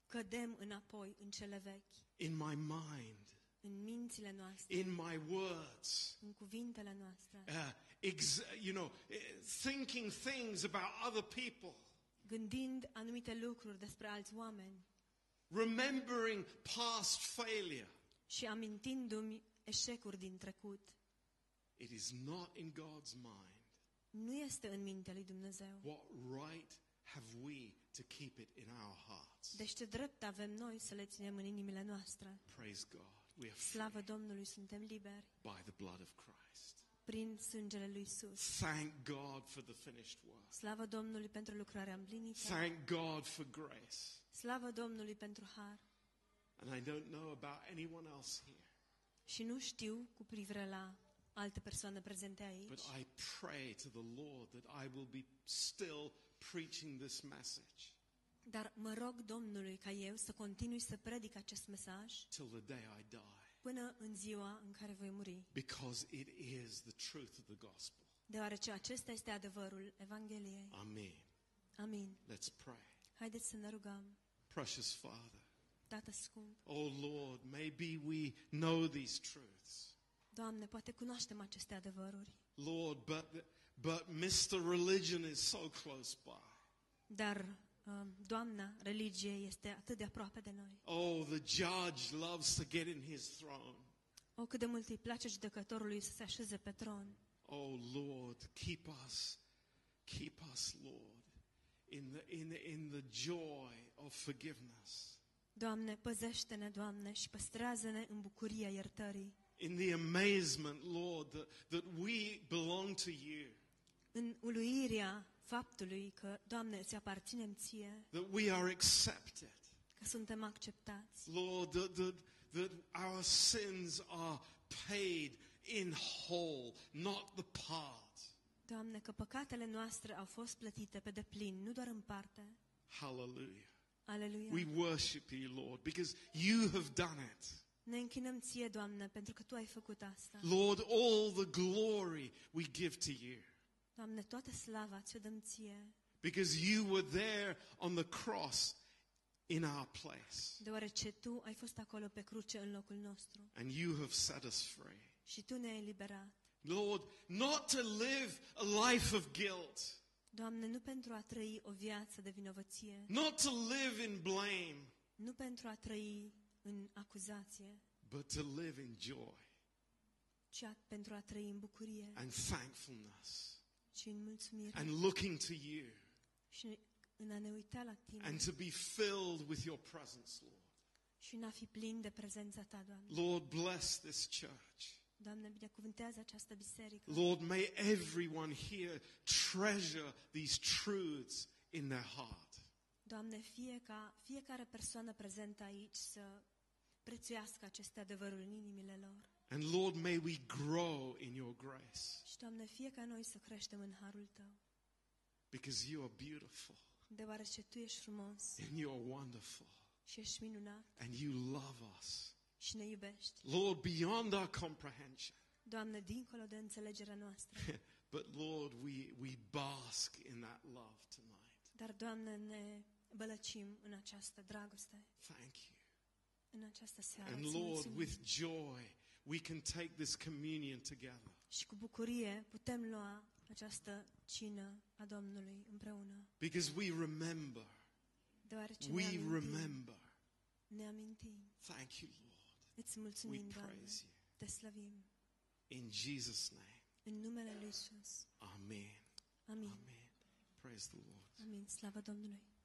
Speaker 2: cădem înapoi în cele vechi,
Speaker 1: In my mind,
Speaker 2: în mințile noastre,
Speaker 1: in my words,
Speaker 2: în cuvintele noastre,
Speaker 1: uh, ex- you know, eh, thinking things about other people,
Speaker 2: gândind anumite lucruri despre alți oameni
Speaker 1: remembering past failure.
Speaker 2: și amintindu-mi eșecuri din trecut.
Speaker 1: It is not in God's mind.
Speaker 2: Nu este în mintea lui Dumnezeu.
Speaker 1: What right have we to keep it in our hearts?
Speaker 2: Deci ce drept avem noi să le ținem în inimile noastre?
Speaker 1: Praise God. We are free
Speaker 2: Slavă Domnului, suntem liberi
Speaker 1: by the blood of Christ.
Speaker 2: prin sângele lui Isus.
Speaker 1: Thank God for the finished work.
Speaker 2: Slavă Domnului pentru lucrarea împlinită.
Speaker 1: Thank God for grace.
Speaker 2: Slavă Domnului pentru har.
Speaker 1: And I don't know about anyone else here,
Speaker 2: Și nu știu cu privire la alte persoane prezente aici,
Speaker 1: but I pray to the Lord that I will be still preaching this message
Speaker 2: dar mă rog Domnului ca eu să continui să predic acest mesaj
Speaker 1: till the day I die
Speaker 2: până în ziua în care voi muri,
Speaker 1: because it is the truth of the gospel.
Speaker 2: deoarece acesta este adevărul Evangheliei.
Speaker 1: Amen.
Speaker 2: Amin.
Speaker 1: Let's pray.
Speaker 2: Haideți să ne rugăm.
Speaker 1: Precious Father.
Speaker 2: Tată scump,
Speaker 1: Oh Lord, maybe we know these truths.
Speaker 2: Doamne, poate cunoaștem aceste adevăruri,
Speaker 1: Lord, but, but Mr. Religion is so close by.
Speaker 2: dar, um, Doamna, religie este atât de aproape de noi.
Speaker 1: Oh, the judge loves to get in his throne.
Speaker 2: O, cât de mult îi place judecătorului să se așeze pe tron.
Speaker 1: Oh Lord, keep us, keep us, Lord, in the, in the, in the joy of forgiveness,
Speaker 2: Doamne, păzește-ne, Doamne, și păstrează-ne în bucuria iertării,
Speaker 1: in the amazement, Lord, that, that we belong to you,
Speaker 2: în uluirea faptului că, Doamne, îți aparținem ție,
Speaker 1: that we are accepted.
Speaker 2: că suntem acceptați.
Speaker 1: Lord, that, that, that our sins are paid in whole, not the part.
Speaker 2: Doamne, că păcatele noastre au fost plătite pe deplin, nu doar în parte.
Speaker 1: Hallelujah.
Speaker 2: Aleluia!
Speaker 1: We worship you, Lord, because you have done it.
Speaker 2: Ne închinăm ție, Doamne, pentru că Tu ai făcut asta.
Speaker 1: Lord, all the glory we give to you
Speaker 2: Doamne, toată slava ți-o dăm ție,
Speaker 1: because you were there on the cross in our place
Speaker 2: deoarece Tu ai fost acolo pe cruce în locul nostru
Speaker 1: and you have set us free.
Speaker 2: și Tu ne-ai eliberat.
Speaker 1: Lord, not to live a life of guilt,
Speaker 2: Doamne, nu pentru a trăi o viață de vinovăție,
Speaker 1: not to live in blame,
Speaker 2: nu pentru a trăi în acuzație,
Speaker 1: but to live in joy.
Speaker 2: ci a, pentru a trăi în bucurie
Speaker 1: and thankfulness
Speaker 2: și în mulțumire
Speaker 1: and looking to you
Speaker 2: și în a ne uita la Tine
Speaker 1: and to be filled with your presence, Lord.
Speaker 2: și în a fi plin de prezența Ta, Doamne.
Speaker 1: Lord, bless this church.
Speaker 2: Doamne, binecuvântează această biserică.
Speaker 1: Lord, may everyone here treasure these truths in their heart.
Speaker 2: Doamne, fie ca fiecare persoană prezentă aici să prețuiască aceste adevăruri în inimile lor.
Speaker 1: And Lord, may we grow in your grace
Speaker 2: Și, Doamne, fie ca noi să creștem în harul Tău,
Speaker 1: because you are beautiful
Speaker 2: deoarece Tu ești frumos
Speaker 1: and you are wonderful
Speaker 2: și ești minunat
Speaker 1: and you love us.
Speaker 2: și ne iubești.
Speaker 1: Lord, beyond our comprehension.
Speaker 2: Doamne, dincolo de înțelegerea noastră,
Speaker 1: but Lord, we, we bask in that love tonight.
Speaker 2: dar, Doamne, ne bălăcim în această dragoste,
Speaker 1: Thank you.
Speaker 2: în această seară.
Speaker 1: And
Speaker 2: Îți
Speaker 1: Lord,
Speaker 2: mulțumim.
Speaker 1: with joy, we can take this communion together.
Speaker 2: Și cu bucurie putem lua această cină a Domnului împreună,
Speaker 1: Because we remember.
Speaker 2: deoarece ne
Speaker 1: We
Speaker 2: amintim.
Speaker 1: remember.
Speaker 2: Ne amintim.
Speaker 1: Thank you, Lord.
Speaker 2: Îți
Speaker 1: We
Speaker 2: mulțumim, Doamne.
Speaker 1: praise you.
Speaker 2: Te slăvim.
Speaker 1: In Jesus' name.
Speaker 2: În numele Lui Iisus.
Speaker 1: Amen.
Speaker 2: Amin.
Speaker 1: Amen. Praise the Lord.
Speaker 2: Amin. Slavă Domnului.